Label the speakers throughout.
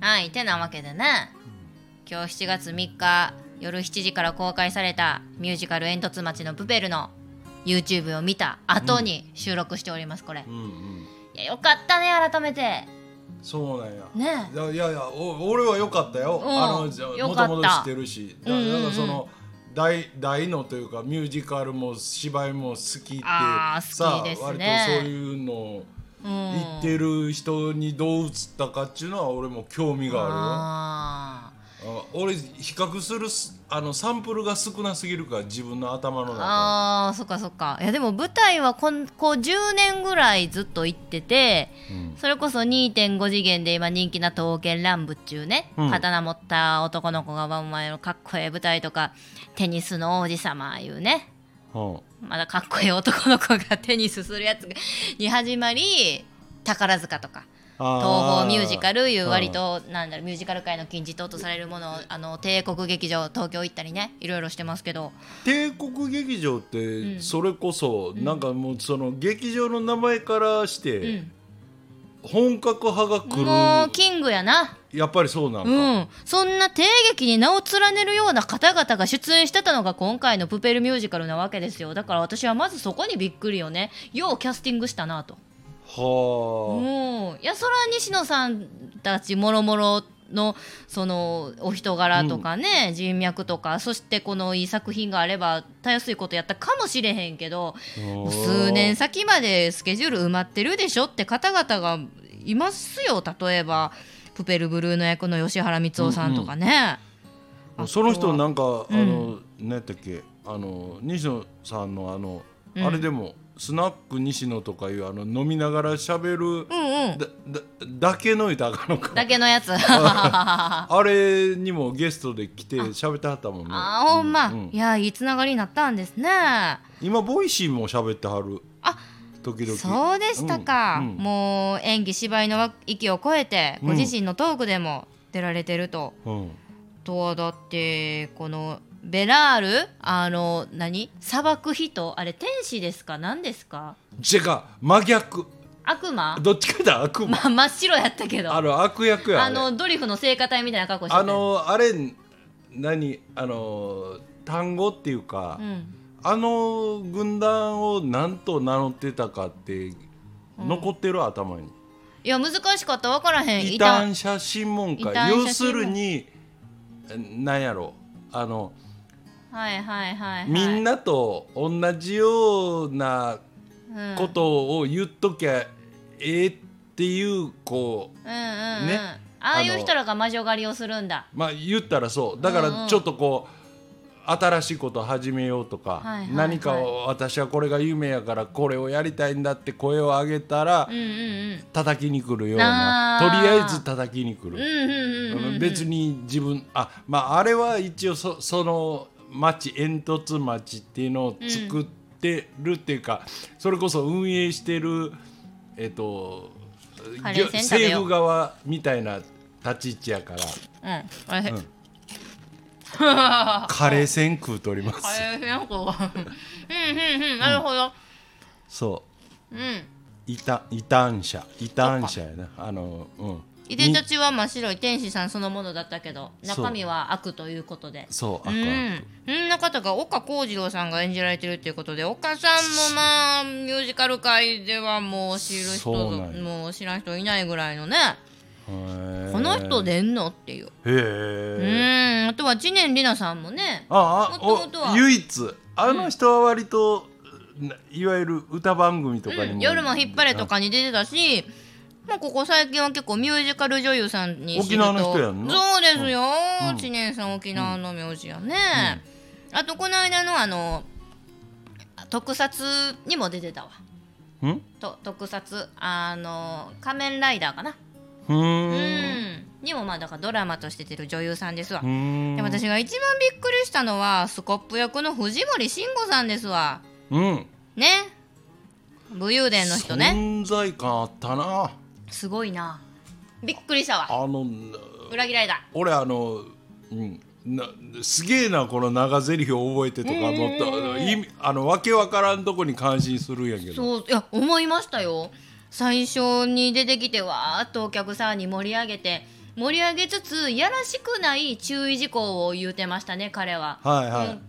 Speaker 1: はいてなわけでね今日7月3日夜7時から公開されたミュージカル「煙突町のプペル」の YouTube を見た後に収録しておりますこれ、
Speaker 2: うんうん
Speaker 1: いやよかったね改めて
Speaker 2: そうなんや
Speaker 1: ね
Speaker 2: いやいやいやお俺は良かったよ
Speaker 1: うん
Speaker 2: あのじゃ
Speaker 1: 良
Speaker 2: も
Speaker 1: かった
Speaker 2: ともと知ってるしだ
Speaker 1: う
Speaker 2: だ
Speaker 1: んうんうん
Speaker 2: からその大大のというかミュージカルも芝居も好きって
Speaker 1: あー
Speaker 2: さ
Speaker 1: 好きです
Speaker 2: 割と
Speaker 1: ね
Speaker 2: そういうの
Speaker 1: うん
Speaker 2: 言ってる人にどう映ったかっていうのは俺も興味があ
Speaker 1: あ
Speaker 2: るよあ俺比較するすあのサンプルが少なすぎるから自分の頭の
Speaker 1: ー
Speaker 2: 中
Speaker 1: あーそっかそっかいやでも舞台はこんこう10年ぐらいずっと行ってて
Speaker 2: うん
Speaker 1: それこそ2.5次元で今人気な刀剣乱舞っちゅうね、
Speaker 2: うん
Speaker 1: 刀持った男の子がワンワンのかっこええ舞台とかテニスの王子様いうね
Speaker 2: うん
Speaker 1: まだかっこええ男の子が テニスするやつがに始まり宝塚とか東宝ミュージカルいう割となんだろうミュージカル界の金字塔とされるものをあの帝国劇場東京行ったりねいろいろしてますけど
Speaker 2: 帝国劇場ってそれこそ、なんかもうその劇場の名前からして本格派が来る、
Speaker 1: もうキングやな
Speaker 2: やっぱりそうなんか、
Speaker 1: うんそんな帝劇に名を連ねるような方々が出演してたのが今回のプペルミュージカルなわけですよだから私はまずそこにびっくりよねようキャスティングしたなと
Speaker 2: は
Speaker 1: もういやそら西野さんたちもろもろのそのお人柄とかね、人脈とかそしてこのいい作品があればたやすいことやったかもしれへんけど
Speaker 2: あ
Speaker 1: もう数年先までスケジュール埋まってるでしょって方々がいますよ例えばプペルブルーの役の吉原光夫さんとかね。あ
Speaker 2: その人
Speaker 1: とは
Speaker 2: なんか、
Speaker 1: うん
Speaker 2: あの何やったっけあの西野さんのあの、
Speaker 1: うん
Speaker 2: あれでもスナック西野とかいうあの飲みながら喋る
Speaker 1: うんうん
Speaker 2: だだだけのいたかのか
Speaker 1: だけのや つあ
Speaker 2: あれにもゲストで来て喋ってはったもんね
Speaker 1: ーほんま、
Speaker 2: うん
Speaker 1: いやいいつながりになったんですね。
Speaker 2: 今ボイシーも喋ってはる
Speaker 1: あ
Speaker 2: 時々
Speaker 1: そうでしたか、
Speaker 2: うんうん
Speaker 1: もう演技芝居の域を超えて
Speaker 2: うん
Speaker 1: ご自身のトークでも出られてると、
Speaker 2: うん
Speaker 1: とはだってこのベラールあの何砂漠人あれ天使ですか何ですか
Speaker 2: 違う真逆
Speaker 1: 悪魔
Speaker 2: どっちかだ悪魔
Speaker 1: ま真っ白やったけど
Speaker 2: あ
Speaker 1: あ
Speaker 2: の悪役やあれ
Speaker 1: のドリフの聖歌隊みたいな格好してた
Speaker 2: あのあれ何あの単語っていうか、
Speaker 1: うん、
Speaker 2: あの軍団を何と名乗ってたかって残ってる、頭に
Speaker 1: いや難しかった分からへん
Speaker 2: 異
Speaker 1: いた
Speaker 2: 端者審問
Speaker 1: 異
Speaker 2: 会
Speaker 1: 端者審問
Speaker 2: 要するに何やろあの
Speaker 1: はいはいはい、はい、
Speaker 2: みん
Speaker 1: な
Speaker 2: なと同じようなことを言っときゃええっていうこう
Speaker 1: うん、うんうんうん
Speaker 2: ね
Speaker 1: ああい
Speaker 2: あ
Speaker 1: う
Speaker 2: の
Speaker 1: 人らが魔女狩りをするんだ
Speaker 2: まあ言ったらそうだか
Speaker 1: うんうん
Speaker 2: らちょっとこう、新しいことを始めようとか、
Speaker 1: はいはいはい
Speaker 2: 何かを私はこれが夢やからこれをやりたいんだって声を上げたら、
Speaker 1: うんうんうん
Speaker 2: 叩きに来るようなと
Speaker 1: あー
Speaker 2: りあえず叩きに来
Speaker 1: う
Speaker 2: る、
Speaker 1: んうんうんうん、うん、
Speaker 2: 別に自分あまああれは一応そその町煙突町っていうのを作ってるっていうか、それこそ運営してるえっと
Speaker 1: カレ
Speaker 2: ぎょ
Speaker 1: ーセンターだよ
Speaker 2: 政府側みたいな立ち位置やから
Speaker 1: うん、おいしい。
Speaker 2: うんカレー船食うとおります
Speaker 1: カレーひよこが。うんうんうん、なるほど。
Speaker 2: そう
Speaker 1: うん。
Speaker 2: 異端異端者異端者やなあのうん
Speaker 1: いでたちは真っ白い天使さんそのものだったけど、中身は悪ということで。
Speaker 2: そう
Speaker 1: う
Speaker 2: あか
Speaker 1: ん、そんな方が岡幸次郎さんが演じられてるっていうことで岡さんもまあミュージカル界ではもう知る人
Speaker 2: そうなんや
Speaker 1: もう知らん人いないぐらいのね
Speaker 2: んへー
Speaker 1: この人出んのっていう、
Speaker 2: へえ
Speaker 1: うんあとは知念里奈さんもね
Speaker 2: ああ
Speaker 1: 元々は
Speaker 2: お唯一あの人は割と、ないわゆる歌番組とかに
Speaker 1: う
Speaker 2: も、
Speaker 1: ん、夜も引っ張れとかに出てたし、まあ、ここ最近は結構ミュージカル女優さんに知ると
Speaker 2: 沖縄の人やんな
Speaker 1: そうですよ、
Speaker 2: うん
Speaker 1: 知念さん沖縄の名字やね、あとこの間のあの特撮にも出てたわ
Speaker 2: うんうん
Speaker 1: と特撮あの仮面ライダーかな
Speaker 2: ふ
Speaker 1: うん
Speaker 2: ーん
Speaker 1: にもまあだからドラマとして出てる女優さんですわ
Speaker 2: う、ーん
Speaker 1: で私が一番びっくりしたのはスコップ役の藤森慎吾さんですわ
Speaker 2: うん
Speaker 1: ね武勇伝の人ね
Speaker 2: 存在感あったな
Speaker 1: すごいなびっくりしたわ
Speaker 2: あの
Speaker 1: 裏切られた
Speaker 2: 俺あの、うん、なすげえなこの長ゼリフを覚えてとか
Speaker 1: うんうんうん
Speaker 2: もっと意味あのわけわからんとこに感心するんやけど
Speaker 1: そういや思いましたよ最初に出てきてわーっとお客さんに盛り上げて盛り上げつつやらしくない注意事項を言うてましたね彼は。
Speaker 2: はいはい、
Speaker 1: うん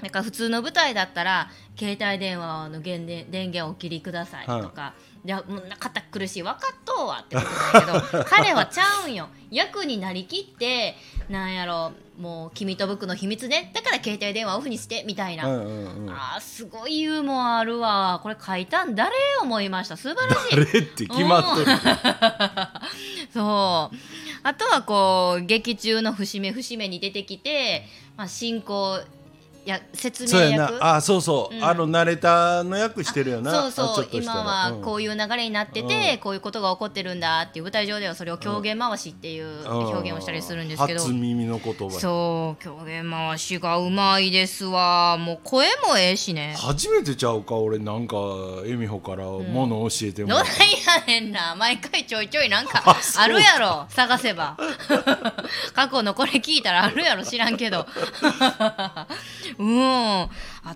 Speaker 1: なんか普通の舞台だったら携帯電話の電源電源をお切りくださいとか、いやもう堅苦しい分かっとうわってことだ けど彼はちゃうんよ役になりきってなんやろもう君と僕の秘密ねだから携帯電話オフにしてみたいな、
Speaker 2: うんうんうん
Speaker 1: あーすごいユーモアあるわこれ書いたん誰思いました素晴らしい
Speaker 2: 誰って決まっとる、
Speaker 1: そうあとはこう劇中の節目節目に出てきて、まあ、進行や説
Speaker 2: そう
Speaker 1: 明
Speaker 2: や
Speaker 1: 役
Speaker 2: なあそうそう、
Speaker 1: うん
Speaker 2: あの慣れたの役してるよな
Speaker 1: そう
Speaker 2: あ
Speaker 1: そう今はこ
Speaker 2: い
Speaker 1: い
Speaker 2: う
Speaker 1: う流れになってて、こういうことが起こってるんだっていう舞台上ではそれを狂言回しっていう表現をしたりするんですけど、
Speaker 2: 初耳の言葉
Speaker 1: そう狂言回しがうまいですわもう声もええしね
Speaker 2: 初めてちゃうか俺なんか恵美穂からもの教えても
Speaker 1: ど
Speaker 2: ら
Speaker 1: な
Speaker 2: っ
Speaker 1: い
Speaker 2: た、
Speaker 1: やねんな毎回ちょいちょいなんか
Speaker 2: あそう
Speaker 1: あるやろ探せば 過去のこれ聞いたらあるやろ知らんけど うんあ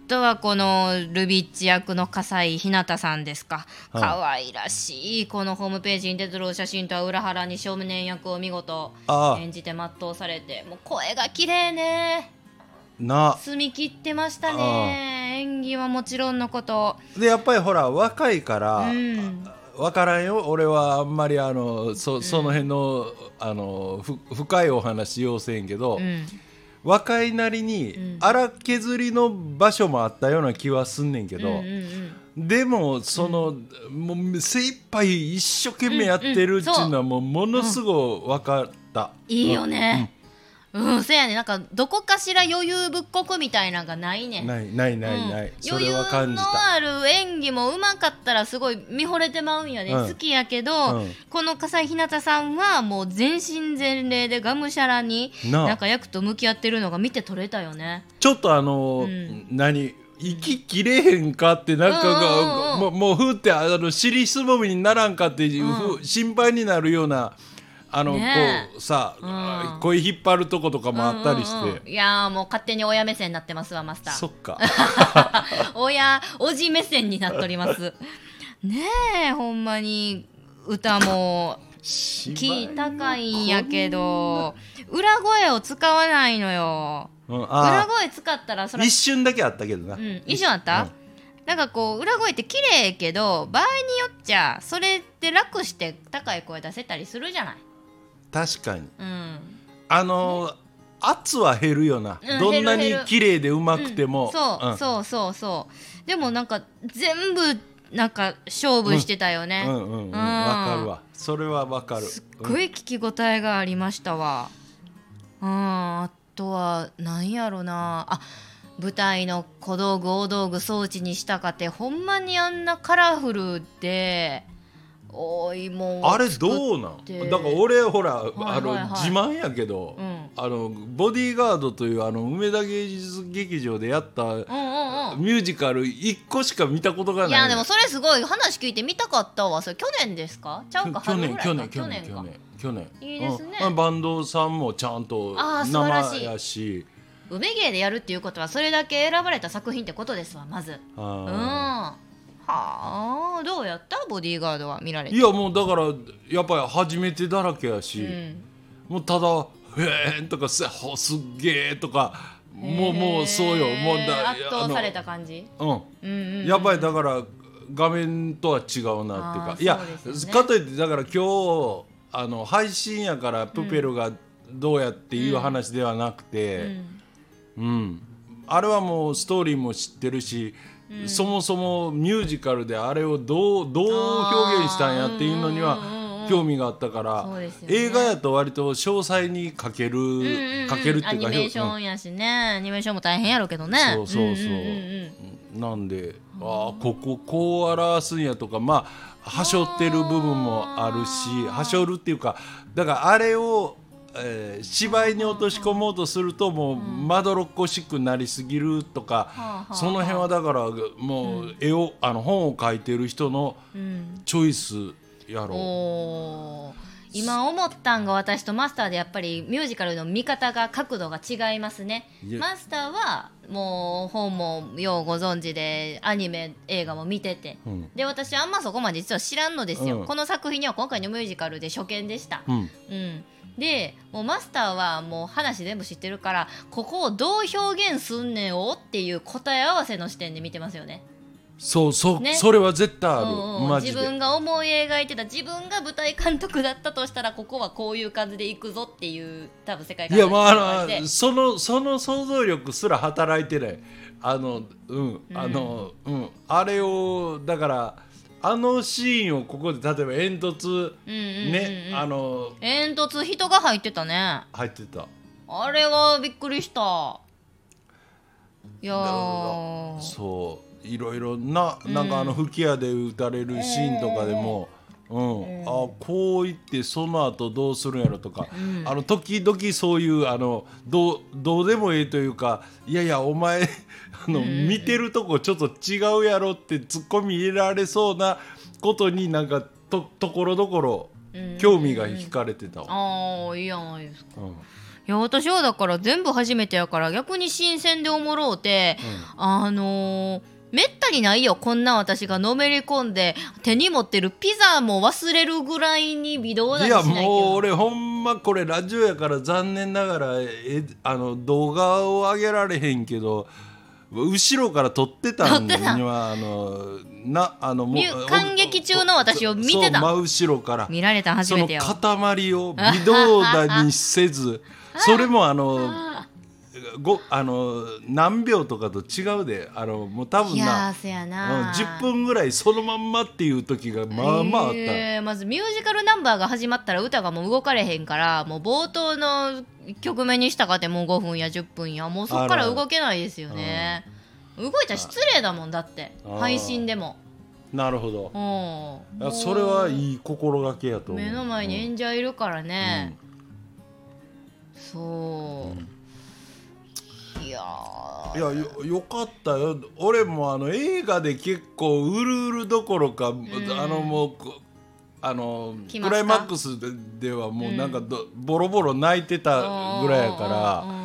Speaker 1: とはこのルビッチ役の笠井ひなたさんですか
Speaker 2: はい
Speaker 1: 可愛、らしいこのホームページに出てるお写真とは裏腹に少年役を見事
Speaker 2: ああ
Speaker 1: 演じて全うされてもう声が綺麗ね
Speaker 2: な
Speaker 1: 澄み切ってましたね演技はもちろんのこと
Speaker 2: でやっぱりほら若いから、
Speaker 1: うん
Speaker 2: 分からんよ俺はあんまりあのそその辺の,、あのふ深いお話要せんけど、
Speaker 1: うん
Speaker 2: 若いなりに荒削りの場所もあったような気はすんねんけ
Speaker 1: うんう
Speaker 2: ど、
Speaker 1: んうん
Speaker 2: でもその、もう精一杯一生懸命やってるっていうのはもうものすごい分かった、
Speaker 1: いいよね。うん、せやね、なんかどこかしら余裕ぶっこくみたいなんがないね。
Speaker 2: ないないないない、
Speaker 1: うん
Speaker 2: それは感じ
Speaker 1: 余裕
Speaker 2: た
Speaker 1: のある演技もうまかったらすごい見惚れてまうんやね、
Speaker 2: うん
Speaker 1: 好きやけど、
Speaker 2: うん
Speaker 1: この笠井ひなたさんはもう全身全霊でがむしゃらに
Speaker 2: なあ
Speaker 1: なんか役と向き合ってるのが見て取れたよね
Speaker 2: ちょっとあの、
Speaker 1: うん
Speaker 2: 何息切れへんかってなんかが、
Speaker 1: うんうん
Speaker 2: もうもうふーってあの尻すぼみにならんかっていう、
Speaker 1: うん
Speaker 2: ふ心配になるようなあの、
Speaker 1: ねえ
Speaker 2: こうさ、
Speaker 1: うん
Speaker 2: 声引っ張るとことかもあったりして、
Speaker 1: うんうんうんいやーもう勝手に親目線になってますわマスター
Speaker 2: そっか
Speaker 1: 親おじ目線になっておりますねえほんまに歌もキー高いんやけど裏声を使わないのよ
Speaker 2: うん
Speaker 1: 裏
Speaker 2: あ
Speaker 1: 声使ったらそ
Speaker 2: ー
Speaker 1: れ
Speaker 2: 一瞬だけあったけどな、
Speaker 1: うん一緒だった、なんかこう裏声って綺麗やけど場合によっちゃそれって楽して高い声出せたりするじゃない
Speaker 2: 確かに
Speaker 1: うん
Speaker 2: あのー圧は減るよな、
Speaker 1: うん
Speaker 2: どんな
Speaker 1: 減る
Speaker 2: に
Speaker 1: 減る
Speaker 2: 綺麗でうまくても、
Speaker 1: うんそう、
Speaker 2: ん
Speaker 1: そうそうそうでもなんか全部なんか勝負してたよね、
Speaker 2: うんうんうんわかるわそれはわかる
Speaker 1: すっごい聞き応えがありましたわ。うん、あとは何やろなあ舞台の小道具大道具装置にしたかてほんまにあんなカラフルで多いもんを
Speaker 2: あれ
Speaker 1: 作っ
Speaker 2: どうな
Speaker 1: て
Speaker 2: んだから俺ほら、
Speaker 1: いはい
Speaker 2: あの
Speaker 1: はい
Speaker 2: 自慢やけど、
Speaker 1: うん
Speaker 2: あのボディーガードというあの梅田芸術劇場でやった
Speaker 1: うんうんうん
Speaker 2: ミュージカル一個しか見たことがない
Speaker 1: いやでもそれすごい話聞いてみたかったわそれ去年ですかちゃうか
Speaker 2: きょ去
Speaker 1: 春ぐ
Speaker 2: 年
Speaker 1: らいか
Speaker 2: 去年去年
Speaker 1: か
Speaker 2: 去年去年
Speaker 1: いいですね
Speaker 2: うんバンドさんもちゃんと
Speaker 1: あー素晴らしい
Speaker 2: 生やし
Speaker 1: 梅芸でやるっていうことはそれだけ選ばれた作品ってことですわまずうん
Speaker 2: あ
Speaker 1: はあどうやったボディーガードは見られ
Speaker 2: ー
Speaker 1: て
Speaker 2: いやもうだからやっぱり初めてだらけやし、
Speaker 1: うん
Speaker 2: もうただ「へえ」とか「すほすっげえ」とかもうもうそうよもうだ
Speaker 1: 圧倒された感じ
Speaker 2: あのうん
Speaker 1: うんうんうん
Speaker 2: やっぱりだから画面とは違うな
Speaker 1: あー
Speaker 2: っていうかい
Speaker 1: そう
Speaker 2: や
Speaker 1: ですよね
Speaker 2: かといってだから今日あの配信やからプペルがどうやっていう話ではなく
Speaker 1: う
Speaker 2: て、
Speaker 1: ん
Speaker 2: うんあれはもうストーリーも知ってるし、そもそもミュージカルであれをどうどう表現したんやっていうのに
Speaker 1: あーうんうんうんう
Speaker 2: は
Speaker 1: ん
Speaker 2: 興味があったから、
Speaker 1: そうですよね
Speaker 2: 映画やと割と詳細に書ける、
Speaker 1: うんうんうん
Speaker 2: 書けるっていうか
Speaker 1: アニメーションやしねアニメーションも大変やろうけどね
Speaker 2: そうそうそうん
Speaker 1: ん
Speaker 2: なんであーこここう表すんやとかまあはしょってる部分もあるしはしょるっていうかだからあれを、えー芝居に落とし込もうとするともうまどろっこしくなりすぎるとか
Speaker 1: はあはあ
Speaker 2: その辺はだからもう絵をあの本を書いてる人の
Speaker 1: うんうん
Speaker 2: チョイスや
Speaker 1: うん
Speaker 2: ろ
Speaker 1: おー今思ったんが私とマスターでやっぱりミュージカルの見方が角度が違いますね
Speaker 2: いや
Speaker 1: マスターはもう本もようご存知でアニメ映画も見てて、
Speaker 2: うん
Speaker 1: で私あんまそこまで実は知らんのですよ、
Speaker 2: うん
Speaker 1: この作品には今回のミュージカルで初見でした、
Speaker 2: う。うん
Speaker 1: うん、でもうマスターはもう話全部知ってるからここをどう表現すんねんをっていう答え合わせの視点で見てますよね。
Speaker 2: そうそう、
Speaker 1: ね
Speaker 2: それは絶対ある、
Speaker 1: うんうん
Speaker 2: マ
Speaker 1: 自
Speaker 2: ジで
Speaker 1: 分が思い描いてた自分が舞台監督だったとしたらここはこういう感じでいくぞっていう多分世界
Speaker 2: い
Speaker 1: 観
Speaker 2: やまああ
Speaker 1: の感
Speaker 2: の
Speaker 1: じで
Speaker 2: そのその想像力すら働いてないあのうんあの、うんあれをだからあのシーンをここで例えば煙突
Speaker 1: うんうんうん
Speaker 2: ね、あの
Speaker 1: 煙突人が入ってたね
Speaker 2: 入ってた
Speaker 1: あれはびっくりしたいやー
Speaker 2: なるほどそういろいろななんかあの吹き矢で撃たれるシーンとかでも、うんあこう言ってその後どうするんやろとか、あの時々そういうあのどうどうでもええというかいやいやお前 あの、見てるとこちょっと違うやろってツッコミ入れられそうなことになんかとところどころ興味が引かれてたわ。
Speaker 1: ああいいやないですか
Speaker 2: うん
Speaker 1: いや私はだから全部初めてやから逆に新鮮でおもろうて、あのーめったにないよこんな私がのめり込んで手に持ってるピザも忘れるぐらいに微動だ
Speaker 2: い
Speaker 1: にしな
Speaker 2: や
Speaker 1: いけど
Speaker 2: もう俺ほんまこれラジオやから残念ながらえあの動画を上げられへんけど後ろから撮ってたんで
Speaker 1: 撮ってた
Speaker 2: 今あのなあのも
Speaker 1: ミュ感激中の私を見てた
Speaker 2: そう真後ろから
Speaker 1: 見られたん初
Speaker 2: そ
Speaker 1: め
Speaker 2: の
Speaker 1: てよ
Speaker 2: 塊を微動だにせずそれもあの
Speaker 1: あ
Speaker 2: ごあの何秒とかと違うであのもう多
Speaker 1: ー
Speaker 2: 分
Speaker 1: いや
Speaker 2: な
Speaker 1: ーせや
Speaker 2: うん
Speaker 1: な
Speaker 2: 10分ぐらいそのまんまっていう時がまあまああった。
Speaker 1: えーまずミュージカルナンバーが始まったら歌がもう動かれへんからもう冒頭の曲目にしたかてもう5分や10分やもうそっから
Speaker 2: あら
Speaker 1: 動けないですよね動いたら失礼だもんだって
Speaker 2: あー
Speaker 1: 配信でも
Speaker 2: なるほど
Speaker 1: うんも
Speaker 2: あ
Speaker 1: う
Speaker 2: それはいい心がけやと思う
Speaker 1: 目の前に演者いるからね、そう、いや
Speaker 2: うんい
Speaker 1: ー
Speaker 2: やよよかったよ俺もあの映画で結構うるうるどころか、あのもうこあの
Speaker 1: 来ますか
Speaker 2: クライマックスでではもうなんかど、ボロボロ泣いてたぐらいやから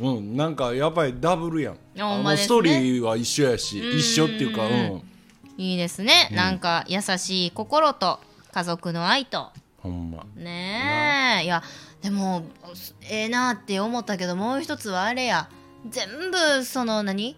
Speaker 1: うん
Speaker 2: うん、なんかやっぱりダブルやん
Speaker 1: あほんま
Speaker 2: の
Speaker 1: ですね
Speaker 2: ストーリーは一緒やし、
Speaker 1: うん
Speaker 2: 一緒っていうか、うん、
Speaker 1: いいですね、なんか優しい心と家族の愛と
Speaker 2: ほんま
Speaker 1: ねえいやでもすええなって思ったけどもう一つはあれや全部その何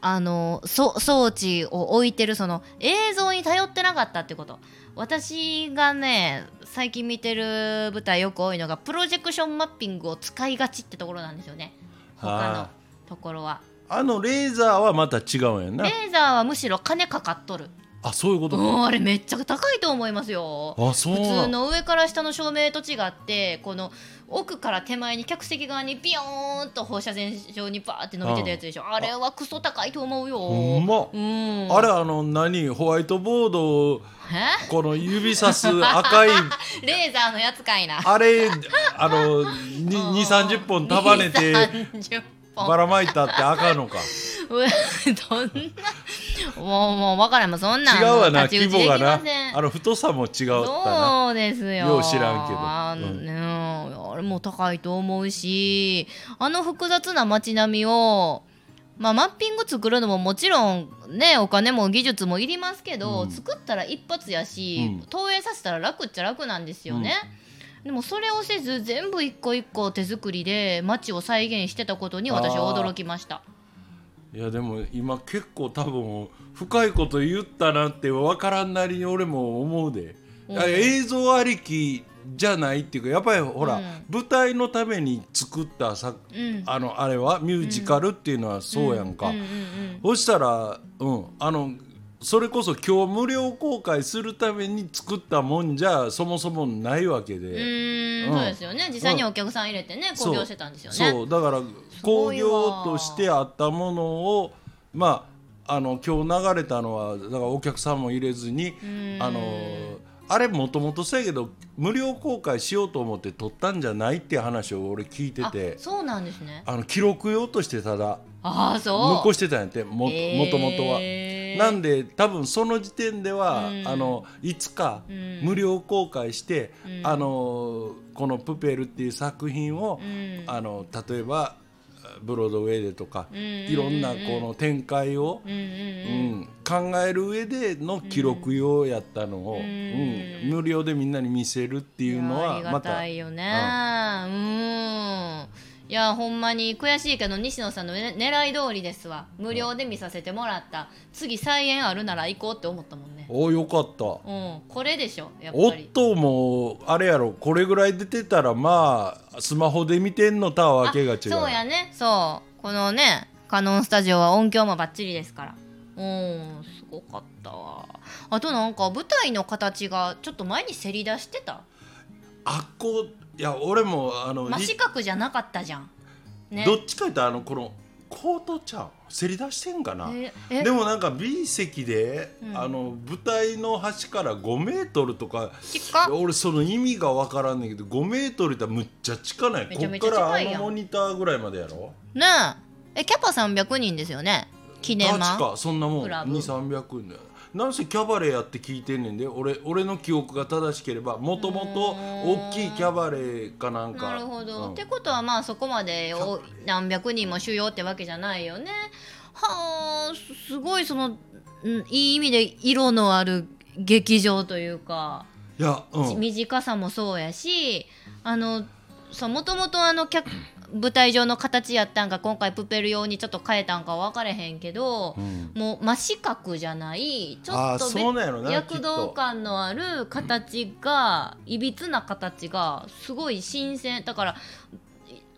Speaker 1: あのそ装置を置いてるその映像に頼ってなかったってこと私がね最近見てる舞台よく多いのがプロジェクションマッピングを使いがちってところなんですよね他の
Speaker 2: あ
Speaker 1: ところは
Speaker 2: あのレーザーはまた違うんやな
Speaker 1: レーザーはむしろ金かかっとる
Speaker 2: あそういうこと
Speaker 1: うん
Speaker 2: か
Speaker 1: あれめっちゃ高いと思いますよ
Speaker 2: あそう
Speaker 1: 普
Speaker 2: な
Speaker 1: 通
Speaker 2: ん
Speaker 1: の上から下の照明と違ってこの奥から手前に客席側にビヨーンと放射線上にバーって伸びてたやつでしょ、あれはクソ高いと思うよ
Speaker 2: ほんま
Speaker 1: うん
Speaker 2: あれあの何ホワイトボードを
Speaker 1: え
Speaker 2: この指さす赤い
Speaker 1: レーザーのやつかいな
Speaker 2: あれあの2三3 0本束ねて
Speaker 1: 30本
Speaker 2: ばらまいたって赤のか
Speaker 1: うわどんなもうもう分からんもうそんなん
Speaker 2: 違うわな
Speaker 1: も太刀
Speaker 2: 規
Speaker 1: 打ちで
Speaker 2: 模が
Speaker 1: きま
Speaker 2: な
Speaker 1: せん
Speaker 2: あの太さも違うったな
Speaker 1: そうですよ。
Speaker 2: よう知らんけど
Speaker 1: あ,、
Speaker 2: うん
Speaker 1: ねえあれも高いと思うし、あの複雑な街並みを、まあ、マッピング作るのももちろんねお金も技術もいりますけど、
Speaker 2: うん
Speaker 1: 作ったら一発やし、
Speaker 2: うん
Speaker 1: 投影させたら楽っちゃ楽なんですよね。でもそれをせず全部一個一個手作りで街を再現してたことに私は驚きました。
Speaker 2: いやでも今結構多分深いこと言ったなって分からんなりに俺も思うで、
Speaker 1: うん
Speaker 2: あ映像ありきじゃないっていうかやっぱりほら、
Speaker 1: うん
Speaker 2: 舞台のために作った作、
Speaker 1: うん
Speaker 2: あのあれはミュージカルっていうのはそうやんか、
Speaker 1: うんうんうん
Speaker 2: そしたら、うん、あのそれこそ今日無料公開するために作ったもんじゃそもそもないわけ
Speaker 1: う
Speaker 2: で、
Speaker 1: ーん
Speaker 2: うん
Speaker 1: そうですよね実際にお客さん入れてね興行してたんですよね。
Speaker 2: そうだから
Speaker 1: ご
Speaker 2: 興
Speaker 1: いわ
Speaker 2: 行としてあったものをまああの今日流れたのはだからお客さんも入れずに
Speaker 1: ん
Speaker 2: あのあれもともとそうやけど無料公開しようと思って撮ったんじゃないって話を俺聞いてて
Speaker 1: あそうなんですね
Speaker 2: あの記録用としてただ
Speaker 1: ああそう
Speaker 2: 残してたんやっても,、ともとは。なんで多分その時点では、
Speaker 1: うん
Speaker 2: あのいつか
Speaker 1: うん
Speaker 2: 無料公開して、
Speaker 1: うん
Speaker 2: あのこの「プペル」っていう作品を、
Speaker 1: うん
Speaker 2: あの例えばブロードウェイでとか、
Speaker 1: うんうんうんうん
Speaker 2: いろんなこの展開を、
Speaker 1: うんうん
Speaker 2: う
Speaker 1: うん
Speaker 2: ん考える上での記録用やったのを、
Speaker 1: うん
Speaker 2: うん無料でみんなに見せるっていうの
Speaker 1: い
Speaker 2: は
Speaker 1: やあり
Speaker 2: ま
Speaker 1: が
Speaker 2: た
Speaker 1: たいよね、うんいやほんまに悔しいけど西野さんのね狙い通りですわ無料で見させてもらった次再演あるなら行こうって思ったもんね
Speaker 2: およかった。
Speaker 1: うんこれでしょやっ
Speaker 2: お
Speaker 1: ぱ
Speaker 2: っ
Speaker 1: り
Speaker 2: ともうあれやろこれぐらい出てたらまあスマホで見てんのとはわけが違う
Speaker 1: そうやねそうこのねカノンスタジオは音響もバッチリですからうんすごかったわあとなんか舞台の形がちょっと前にせり出してた
Speaker 2: あっこいや俺もあの、
Speaker 1: 真
Speaker 2: り
Speaker 1: 四角じゃなかったじゃんね
Speaker 2: どっちか言ったらあのこのコートちゃんせり出してんかな
Speaker 1: ええ
Speaker 2: でもなんか B 席で、
Speaker 1: うん
Speaker 2: あの舞台の端から5メートルとか
Speaker 1: ちっか
Speaker 2: 俺その意味がわからんねんけど5メートルってむっちゃ近ない
Speaker 1: めちゃめち
Speaker 2: こ
Speaker 1: ゃ
Speaker 2: っから
Speaker 1: 近
Speaker 2: あ
Speaker 1: いやん
Speaker 2: のモニターぐらいまでやろ
Speaker 1: ねええキャパ300人ですよね記念
Speaker 2: 確
Speaker 1: マ
Speaker 2: かそんなもん
Speaker 1: クラ
Speaker 2: 2
Speaker 1: ブ
Speaker 2: 3 0 0円だよなんせキャバレーやって聞いてんねんで俺俺の記憶が正しければもともと大きいキャバレーかなんか
Speaker 1: なるほど、
Speaker 2: うん
Speaker 1: ってことはまあそこまでお何百人も収容ってわけじゃないよねはあすすごいその、うん、いい意味で色のある劇場というか、
Speaker 2: いやうん
Speaker 1: 短さもそうやしあのさもともとあの客舞台上の形やったんか今回プペル用にちょっと変えたんか分かれへんけど、
Speaker 2: うん
Speaker 1: もう真四角じゃないちょ
Speaker 2: あ
Speaker 1: っ
Speaker 2: ー
Speaker 1: と
Speaker 2: そうなんやろな
Speaker 1: 躍動感のある形がいびつな形がすごい新鮮だから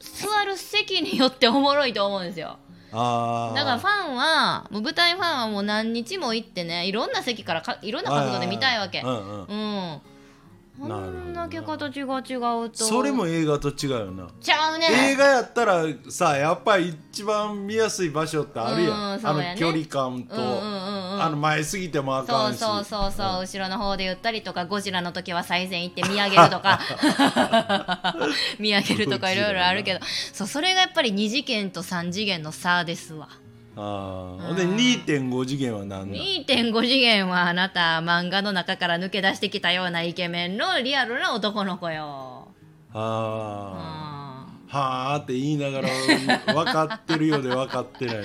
Speaker 1: 座る席によっておもろいと思うんですよ
Speaker 2: あ
Speaker 1: だ
Speaker 2: ー
Speaker 1: からファンはもう舞台ファンはもう何日も行ってねいろんな席からかいろんな角度で見たいわけ
Speaker 2: うんうん
Speaker 1: うんこ
Speaker 2: なるほど
Speaker 1: んだけ形が違うと
Speaker 2: それも映画と違うよな
Speaker 1: ちゃうね
Speaker 2: 映画やったらさやっぱり一番見やすい場所ってあるや
Speaker 1: う
Speaker 2: ん
Speaker 1: んそ
Speaker 2: あ
Speaker 1: う
Speaker 2: の
Speaker 1: やね
Speaker 2: 距離感と、
Speaker 1: うんうんうんうん
Speaker 2: あの前すぎてもあ
Speaker 1: そ
Speaker 2: か
Speaker 1: うん
Speaker 2: し
Speaker 1: そうそうそう、後ろの方で言ったりとかゴジラの時は最前行って見上げるとか 見上げるとかいろいろあるけどそうそれがやっぱり2次元と3次元の差ですわ
Speaker 2: あー
Speaker 1: うん
Speaker 2: で2.5次元は何だ
Speaker 1: 2.5次元はあなた漫画の中から抜け出してきたようなイケメンのリアルな男の子よ、うん、
Speaker 2: あ
Speaker 1: ね
Speaker 2: ーはあって言いながら分かってるようで分かってないな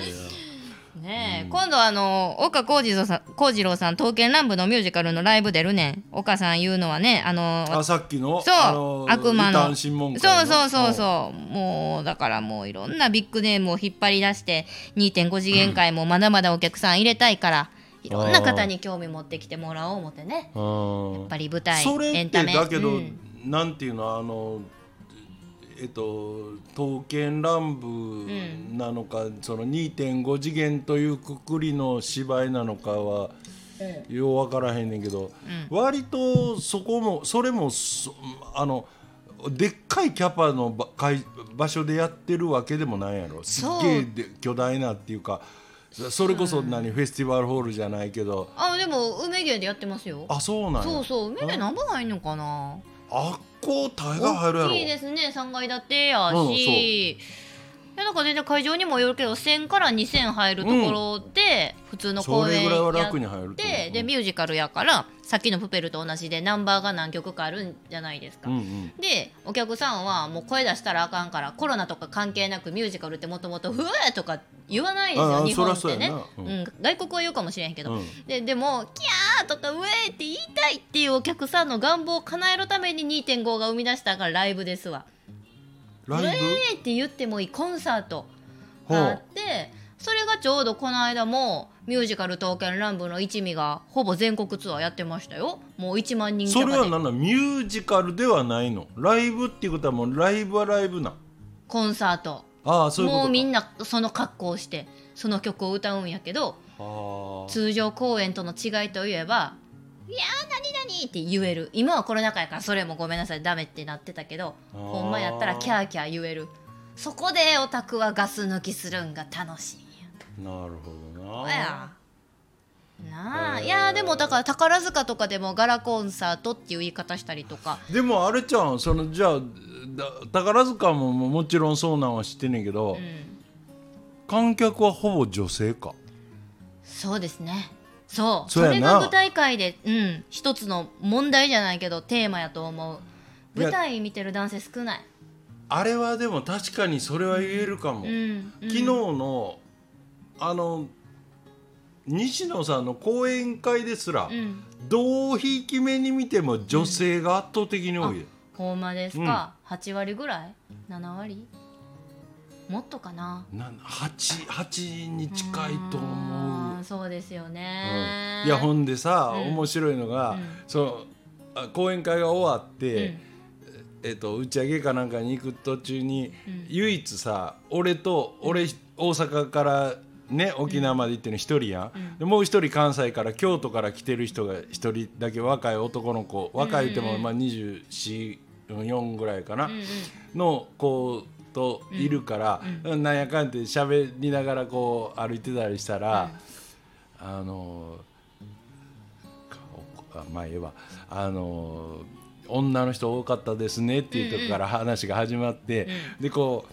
Speaker 1: え、今度あの岡浩二郎さん幸次郎さん刀剣乱舞のミュージカルのライブ出るねん岡さん言うのはねあの
Speaker 2: あさっきの
Speaker 1: そう、
Speaker 2: あの
Speaker 1: 悪魔
Speaker 2: 異
Speaker 1: の
Speaker 2: 端審問会
Speaker 1: そう
Speaker 2: の
Speaker 1: そうそうそうもうだからもういろんなビッグネームを引っ張り出して2.5次元界もまだまだお客さん入れたいから、いろんな方に興味持ってきてもらおう思ってね
Speaker 2: うん
Speaker 1: やっぱり舞台
Speaker 2: それ
Speaker 1: エ
Speaker 2: っ
Speaker 1: ンタ
Speaker 2: て
Speaker 1: メ
Speaker 2: だけど、
Speaker 1: うん
Speaker 2: なんていうのあのえっと刀剣乱舞なのか、その2.5次元というくくりの芝居なのかはようわからへんねんけど、割とそこもそれもそあのでっかいキャパのば会場所でやってるわけでもないやろすっげえで巨大なっていうかそそれこそ何、フェスティバルホールじゃないけど
Speaker 1: あでも梅芸でやってますよ
Speaker 2: あそうなんや
Speaker 1: そうそう梅芸何本入んのかな
Speaker 2: あっこ大が入るや
Speaker 1: 大
Speaker 2: ろ
Speaker 1: きいですね3階建てや
Speaker 2: うんそう
Speaker 1: し、いやなんか全然会場にもよるけど1000から2000入るところで、普通の
Speaker 2: そ
Speaker 1: 公
Speaker 2: れ
Speaker 1: 演
Speaker 2: ぐらいは
Speaker 1: やっ
Speaker 2: 楽に入ると思
Speaker 1: で
Speaker 2: う
Speaker 1: でミュージカルやからさっきの「プペル」と同じでナンバーが何曲かあるんじゃないですか。
Speaker 2: うんうん
Speaker 1: でお客さんはもう声出したらあかんからコロナとか関係なくミュージカルってもともと「ふえ!」とか言わないです
Speaker 2: あ
Speaker 1: よ
Speaker 2: あ
Speaker 1: 日本ってね
Speaker 2: そら
Speaker 1: う
Speaker 2: そうや
Speaker 1: ん
Speaker 2: な
Speaker 1: 外国は言うかもしれへんけど、
Speaker 2: うん
Speaker 1: ででも「キャー!」とか「ウェー!」って言いたいっていうお客さんの願望を叶えるために2.5が生み出したからライブですわ。
Speaker 2: ラ
Speaker 1: ウェ
Speaker 2: イ
Speaker 1: ーって言ってもいいコンサート
Speaker 2: ほう
Speaker 1: があってそれがちょうどこの間もミュージカル「刀剣乱舞」の一味がほぼ全国ツアーやってましたよもう1万人
Speaker 2: ブ
Speaker 1: キャ
Speaker 2: そ
Speaker 1: パ
Speaker 2: れ
Speaker 1: で
Speaker 2: は何だミュージカルではないのライブっていうことはもうライブはライブなん
Speaker 1: コンサート
Speaker 2: ああそういうこと
Speaker 1: もうみん
Speaker 2: な
Speaker 1: なその格好をしてその曲を歌うんやけど
Speaker 2: あー
Speaker 1: 通常公演との違いといえば「いやー何々」って言える今はコロナ禍やからそれもごめんなさいダメってなってたけど
Speaker 2: あー
Speaker 1: ほんまやったらキャーキャー言えるそこでオタクはガス抜きするんが楽しいんや
Speaker 2: なるほ
Speaker 1: そ
Speaker 2: ど
Speaker 1: うや
Speaker 2: な
Speaker 1: なあ、
Speaker 2: へえ
Speaker 1: いやでもだから宝塚とかでもガラコンサートっていう言い方したりとか
Speaker 2: でもあれちゃんそのじゃあだ宝塚もももちろんそうなんは知ってんねんけど、
Speaker 1: うん
Speaker 2: 観客はほぼ女性か
Speaker 1: そうですねそうそ
Speaker 2: そ
Speaker 1: う
Speaker 2: やな
Speaker 1: れが舞台界で、うん、一つの問題じゃないけどテーマやと思う
Speaker 2: い
Speaker 1: 舞
Speaker 2: や
Speaker 1: 台見てる男性少ない
Speaker 2: あれはでも確かにそれは言えるかも、
Speaker 1: うんうん
Speaker 2: 昨日のあの西野さんの講演会ですら、
Speaker 1: うん
Speaker 2: どうひいき目に見ても女性が圧倒的に多い、
Speaker 1: ほんまですか、八割ぐらい7割もっとかな
Speaker 2: な 8, 8に近いと
Speaker 1: う
Speaker 2: 思う。
Speaker 1: んそうですよ
Speaker 2: う
Speaker 1: ね、
Speaker 2: んいやほんでさ、
Speaker 1: うん
Speaker 2: 面白いのが、
Speaker 1: うん
Speaker 2: そのあ講演会が終わっ
Speaker 1: うん
Speaker 2: て、えっと打ち上げかなんかに行く途中に、
Speaker 1: うん
Speaker 2: 唯一さ俺と俺大阪からね沖縄まで行ってるの一人やん、
Speaker 1: うん
Speaker 2: でもう一人関西から京都から来てる人が一人だけ若い男の子若いっても、
Speaker 1: うん
Speaker 2: まあ244ぐらいかな、
Speaker 1: うんうん
Speaker 2: の子といるから、なんやかんやって喋りながらこう歩いてたりしたら、あのかおあまあ言えばあの女の人多かったですねっていうとこから話が始まって、でこう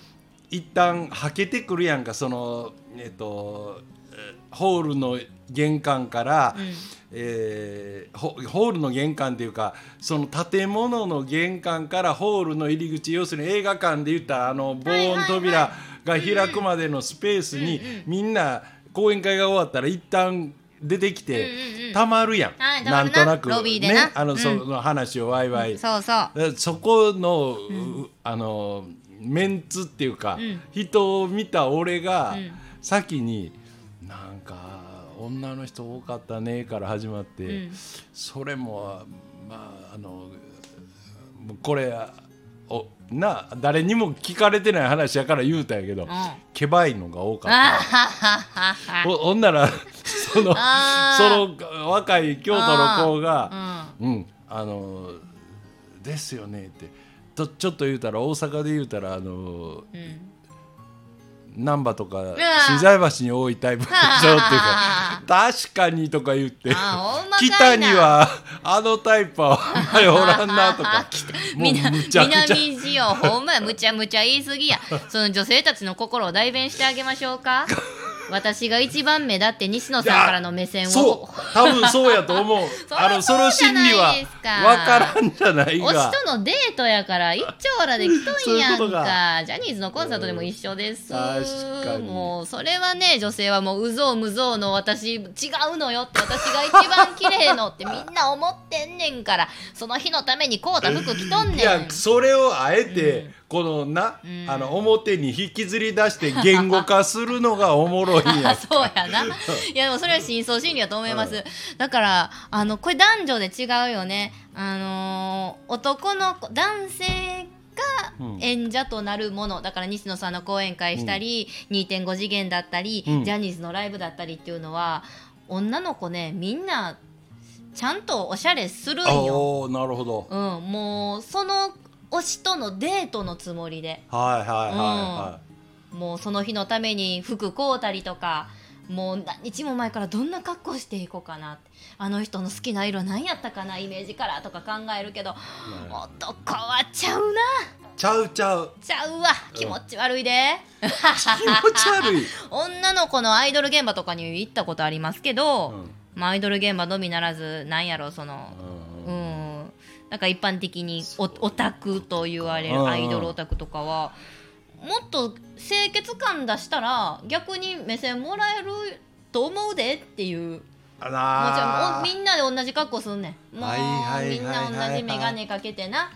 Speaker 2: 一旦はけてくるやんかそのえっとえホールの玄関から、
Speaker 1: うん
Speaker 2: えーホホールの玄関っていうかその建物の玄関からホールの入り口要するに映画館で言ったあの防音扉が開くまでのスペースにみんな講演会が終わったら一旦出てき
Speaker 1: うんうんう
Speaker 2: て
Speaker 1: ん
Speaker 2: たまるやん、
Speaker 1: はいたま
Speaker 2: な
Speaker 1: る
Speaker 2: ん
Speaker 1: な
Speaker 2: となく
Speaker 1: ロビーでな
Speaker 2: ねあの、
Speaker 1: うん
Speaker 2: その話をワイワイ。
Speaker 1: そうそう
Speaker 2: だからそこの,、あのメンツっていうか、
Speaker 1: ん
Speaker 2: 人を見た俺が
Speaker 1: うん
Speaker 2: 先に、なんか女の人多かったねから始まって、
Speaker 1: うん
Speaker 2: それもまああのもうこれおな誰にも聞かれてない話やから言うたんやけど、けばいのが多かった。
Speaker 1: あははは
Speaker 2: ほほんならその
Speaker 1: あー
Speaker 2: その若い京都の子が
Speaker 1: は
Speaker 2: うん、あのですよねってとちょっと言うたら大阪で言うたらあの
Speaker 1: うんうん
Speaker 2: 難波とか
Speaker 1: ー
Speaker 2: 新財橋に多いタイプでしょっていうか
Speaker 1: あ
Speaker 2: 確かにとか言って
Speaker 1: あーほんまかいな
Speaker 2: 北にはあのタイプはあんまりおらんな とかもう
Speaker 1: みな
Speaker 2: むちゃくちゃ
Speaker 1: 南塩ほんまやむちゃむちゃ言い過ぎやその女性たちの心を代弁してあげましょう か私が一番目立って西野さんからの目線
Speaker 2: そ
Speaker 1: を
Speaker 2: う多分そうやと思う
Speaker 1: そら
Speaker 2: あのその
Speaker 1: そうじゃ
Speaker 2: 心
Speaker 1: ない
Speaker 2: 理は
Speaker 1: ですか
Speaker 2: わからんじゃない
Speaker 1: 推
Speaker 2: が
Speaker 1: しとのデートやから一丁らで来とんやん
Speaker 2: そういうこと
Speaker 1: かジャニーズのコンサートでも一緒です
Speaker 2: 確かに
Speaker 1: もうそれはね女性はもううぞうむぞうの私違うのよって私が一番綺麗のってみんな思ってんねんからその日のためにこうた服着とんねん
Speaker 2: いやそれをあえて、
Speaker 1: うん
Speaker 2: このな、
Speaker 1: うん
Speaker 2: あの表に引きずり出して言語化するのがおもろい んや
Speaker 1: あそうやな。いやでもそれは深層心理だと思います。だからあのこれ男女で違うよね。あのー男の子男性
Speaker 2: う
Speaker 1: が
Speaker 2: ん
Speaker 1: 演者となるもの、だから西野さんの講演会したり、2.5次元だったり、
Speaker 2: うん
Speaker 1: ジャニーズのライブだったりっていうのは女の子ねみんなちゃんとおしゃれするんよ。
Speaker 2: おーなるほど、
Speaker 1: うん、もうその推しとのデートのつもりで。
Speaker 2: はいはいはいは、
Speaker 1: もうその日のために服買うたりとかもう何日も前からどんな格好していこうかなってあの人の好きな色何やったかなイメージカラーとか考えるけど男はちゃうない
Speaker 2: ちゃうちゃう
Speaker 1: ちゃうわ気持ち悪いで、
Speaker 2: 気持ち 悪い、
Speaker 1: 女の子のアイドル現場とかに行ったことありますけど、
Speaker 2: うん
Speaker 1: まあ、アイドル現場のみならずなんやろそのう
Speaker 2: うん
Speaker 1: んなんか一般的にオオタクと言われ
Speaker 2: うんう
Speaker 1: る
Speaker 2: ん
Speaker 1: アイドルオタクとかはもっと清潔感出したら逆に目線もらえると思うでっていうもち
Speaker 2: あ
Speaker 1: ろんお
Speaker 2: らー
Speaker 1: みんなで同じ格好すんねんもう、
Speaker 2: はいはいはい
Speaker 1: みんな同じ眼鏡かけてな、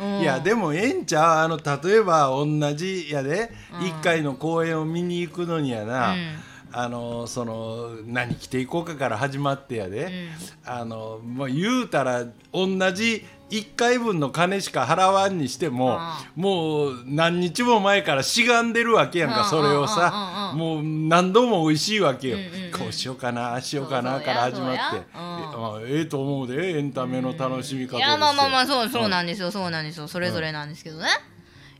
Speaker 1: うん
Speaker 2: いやでもええんちゃうあの例えば同じやで、
Speaker 1: うん
Speaker 2: 一回の公演を見に行くのにやな、
Speaker 1: うん
Speaker 2: あのその何着ていこうかから始まってやで、
Speaker 1: うん
Speaker 2: あのもう言うたら同じ1回分の金しか払わんにしても
Speaker 1: ああ
Speaker 2: もう何日も前からしがんでるわけやん
Speaker 1: うん
Speaker 2: か
Speaker 1: うん
Speaker 2: それを
Speaker 1: うん
Speaker 2: さ
Speaker 1: うん
Speaker 2: もう何度も美味しいわけよ
Speaker 1: うんうんうん
Speaker 2: こうしようかなああしようか
Speaker 1: そ
Speaker 2: な
Speaker 1: うそう
Speaker 2: から
Speaker 1: や
Speaker 2: 始まってえ
Speaker 1: そ
Speaker 2: あええと思うでエンタメの楽しみ
Speaker 1: い
Speaker 2: 方ですよ
Speaker 1: やまあまあまあそうそう
Speaker 2: うん
Speaker 1: なんですよそうなんですよそれぞれなんですけどね、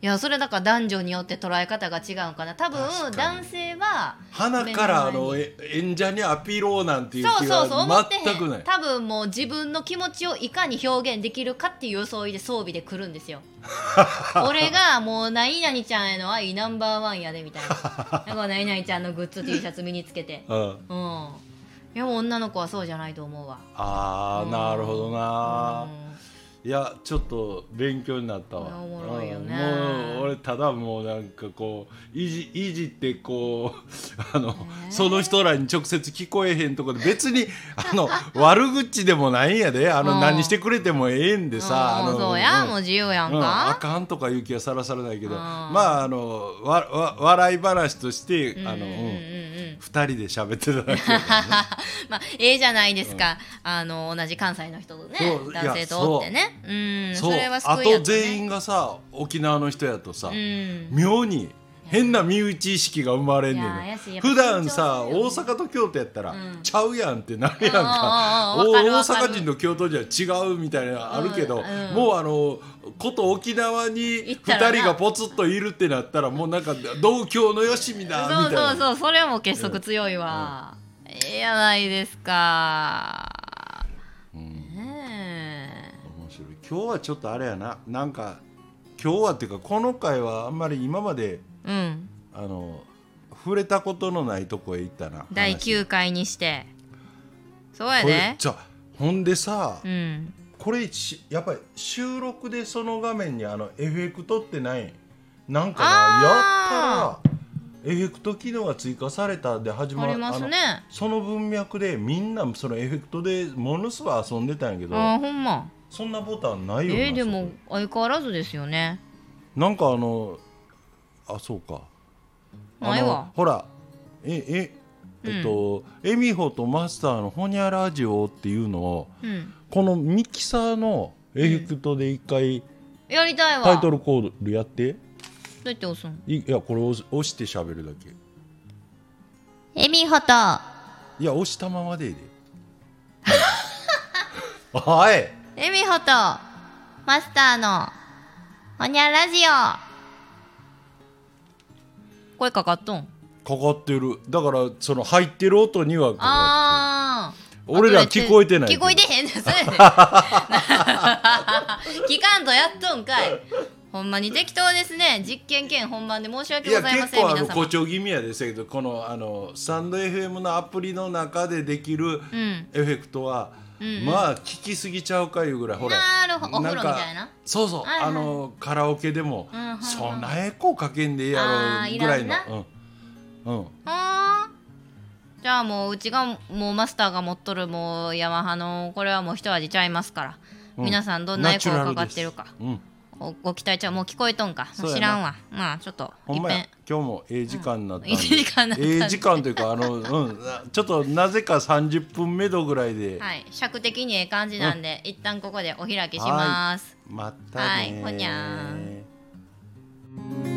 Speaker 1: いやそれだから男女によって捉え方が違うんかな多分
Speaker 2: 確かに
Speaker 1: 男性は
Speaker 2: 鼻からあの
Speaker 1: 目の前に
Speaker 2: え演者にアピろうなんていう
Speaker 1: そう
Speaker 2: 気
Speaker 1: そうそう思
Speaker 2: が
Speaker 1: ってへん
Speaker 2: 全くない
Speaker 1: 多分もう自分の気持ちをいかに表現できるかっていう装いで装備で来るんです よ俺がもう何々ちゃんへの愛ナンバーワンやでみたいななんか何々ちゃんのグッズ T シャツ身につけて
Speaker 2: うん
Speaker 1: うんいやもう女の子はそうじゃないと思うわ
Speaker 2: ああなるほどな
Speaker 1: うん
Speaker 2: いやちょっと勉強になったわ
Speaker 1: おもろいよね
Speaker 2: うんもう俺ただもうなんかこういじいじってこう あの、その人らに直接聞こえへんとこで別にあの 悪口でもないんやであ
Speaker 1: う
Speaker 2: の
Speaker 1: ん
Speaker 2: 何してくれてもええんでさ、
Speaker 1: うん
Speaker 2: あの
Speaker 1: そうや、
Speaker 2: ん
Speaker 1: もう自由やん
Speaker 2: うん、あ
Speaker 1: か、
Speaker 2: かんとかいう気はさらさらないけど、
Speaker 1: うん
Speaker 2: まああのわわ笑い話として、あ
Speaker 1: う
Speaker 2: の、うん、
Speaker 1: うんうんん
Speaker 2: 2人で喋ってただけ
Speaker 1: まあ、ええじゃないですか、あの同じ関西の人とね
Speaker 2: そう
Speaker 1: 男性とおってねうん それは
Speaker 2: あ
Speaker 1: 救いや
Speaker 2: と
Speaker 1: ったね
Speaker 2: 全員がさ沖縄の人やとさ、
Speaker 1: うん
Speaker 2: 妙に変な身内意識が生まれんねん
Speaker 1: いやー怪しいやっぱ
Speaker 2: 普段さ
Speaker 1: 緊
Speaker 2: 大
Speaker 1: 張するよ
Speaker 2: 阪と京都やったら、
Speaker 1: うん
Speaker 2: ちゃうやんってなるやんか
Speaker 1: うんうんうん
Speaker 2: お
Speaker 1: わか
Speaker 2: 大
Speaker 1: るわかる
Speaker 2: 阪人の京都人は違うみたいなのあるけど、
Speaker 1: うんうん
Speaker 2: もうあのこと沖縄に
Speaker 1: 行
Speaker 2: 2
Speaker 1: ったらな
Speaker 2: 人がポツッといるってなったらもうなんか同郷のよしみだみ
Speaker 1: そう
Speaker 2: たいな
Speaker 1: そうそうそれはもう結束強いわ、ええやないですか、ね
Speaker 2: 面白い今日はちょっとあれやななんか今日はっていうかこの回はあんまり今まで
Speaker 1: えうん
Speaker 2: あの触れたことのないとこへ行ったな
Speaker 1: 第
Speaker 2: 9
Speaker 1: 9回にしてそうや
Speaker 2: これ
Speaker 1: で
Speaker 2: じゃあほんでさ、
Speaker 1: うん
Speaker 2: これしやっぱり収録でその画面にあのエフェクトってないなんかな
Speaker 1: あ
Speaker 2: やったらエフェクト機能が追加されたで始ま
Speaker 1: あ
Speaker 2: る
Speaker 1: りますね
Speaker 2: あのその文脈でみんなそのエフェクトでものすごい遊んでたんやけど
Speaker 1: あーほんま
Speaker 2: そんなボタンないよな
Speaker 1: ええで
Speaker 2: そ
Speaker 1: も
Speaker 2: こ
Speaker 1: 相変わらずですよね
Speaker 2: なんかあのあそうかあ
Speaker 1: ないわ
Speaker 2: のほらえええっと、エミホとマスターのホニャラジオっていうのを
Speaker 1: うん
Speaker 2: このミキサーのエフェクトで一回、
Speaker 1: やりたいわ
Speaker 2: タイトルコールやって
Speaker 1: どうやって押すの
Speaker 2: いいやこれ押す押して喋るだけ
Speaker 1: エミホと
Speaker 2: いや押したままでいいで はい
Speaker 1: エミホとマスターのほにゃラジオ声かかっとん
Speaker 2: かかってるだからその入ってる音にはかか
Speaker 1: ああ
Speaker 2: 俺ら聞こえてないけ
Speaker 1: 聞
Speaker 2: ど
Speaker 1: こえてへんねんそうやねん聞かんとやっとんかいほんまに適当ですね実験兼本番で申し訳
Speaker 2: い
Speaker 1: ご
Speaker 2: や
Speaker 1: ざいま
Speaker 2: 結
Speaker 1: せん
Speaker 2: 構あ
Speaker 1: 皆
Speaker 2: の
Speaker 1: 様
Speaker 2: 誇張気味やでしたけどこのあのスタンド FM のアプリの中でできる
Speaker 1: うん
Speaker 2: エフェクトは、
Speaker 1: うんうん
Speaker 2: まあ聞きすぎちゃうかいうぐらいほら
Speaker 1: なるほどお風呂みたいなん
Speaker 2: かそうそう、
Speaker 1: はいはい
Speaker 2: あのカラオケでも、
Speaker 1: うんはいはい
Speaker 2: そんなエコーかけんでいいや
Speaker 1: あー
Speaker 2: ろぐらい
Speaker 1: い
Speaker 2: の
Speaker 1: らん
Speaker 2: うん、うん
Speaker 1: あーじゃあもううちがもうマスターが持っとるもうヤマハのこれはもう一味ちゃいますから、
Speaker 2: うん
Speaker 1: 皆さんどんなエコー
Speaker 2: ナチュラ
Speaker 1: か
Speaker 2: ル
Speaker 1: か
Speaker 2: で
Speaker 1: っ
Speaker 2: す
Speaker 1: てるか
Speaker 2: うん
Speaker 1: おご期待ちゃうもう聞こえとんか
Speaker 2: そうやな
Speaker 1: 知らんわまあちょっと
Speaker 2: ほ
Speaker 1: い
Speaker 2: ん
Speaker 1: っ
Speaker 2: ま
Speaker 1: ぺ
Speaker 2: や
Speaker 1: ん
Speaker 2: 今日もええ時間になったんで、
Speaker 1: うんええ時間になったんで
Speaker 2: ええ時間というかあの、うん、なちょっとなぜか30分目どぐらいで、
Speaker 1: はい尺的にええ感じなんで、一旦ここでお開きします
Speaker 2: またねー
Speaker 1: はいほにゃー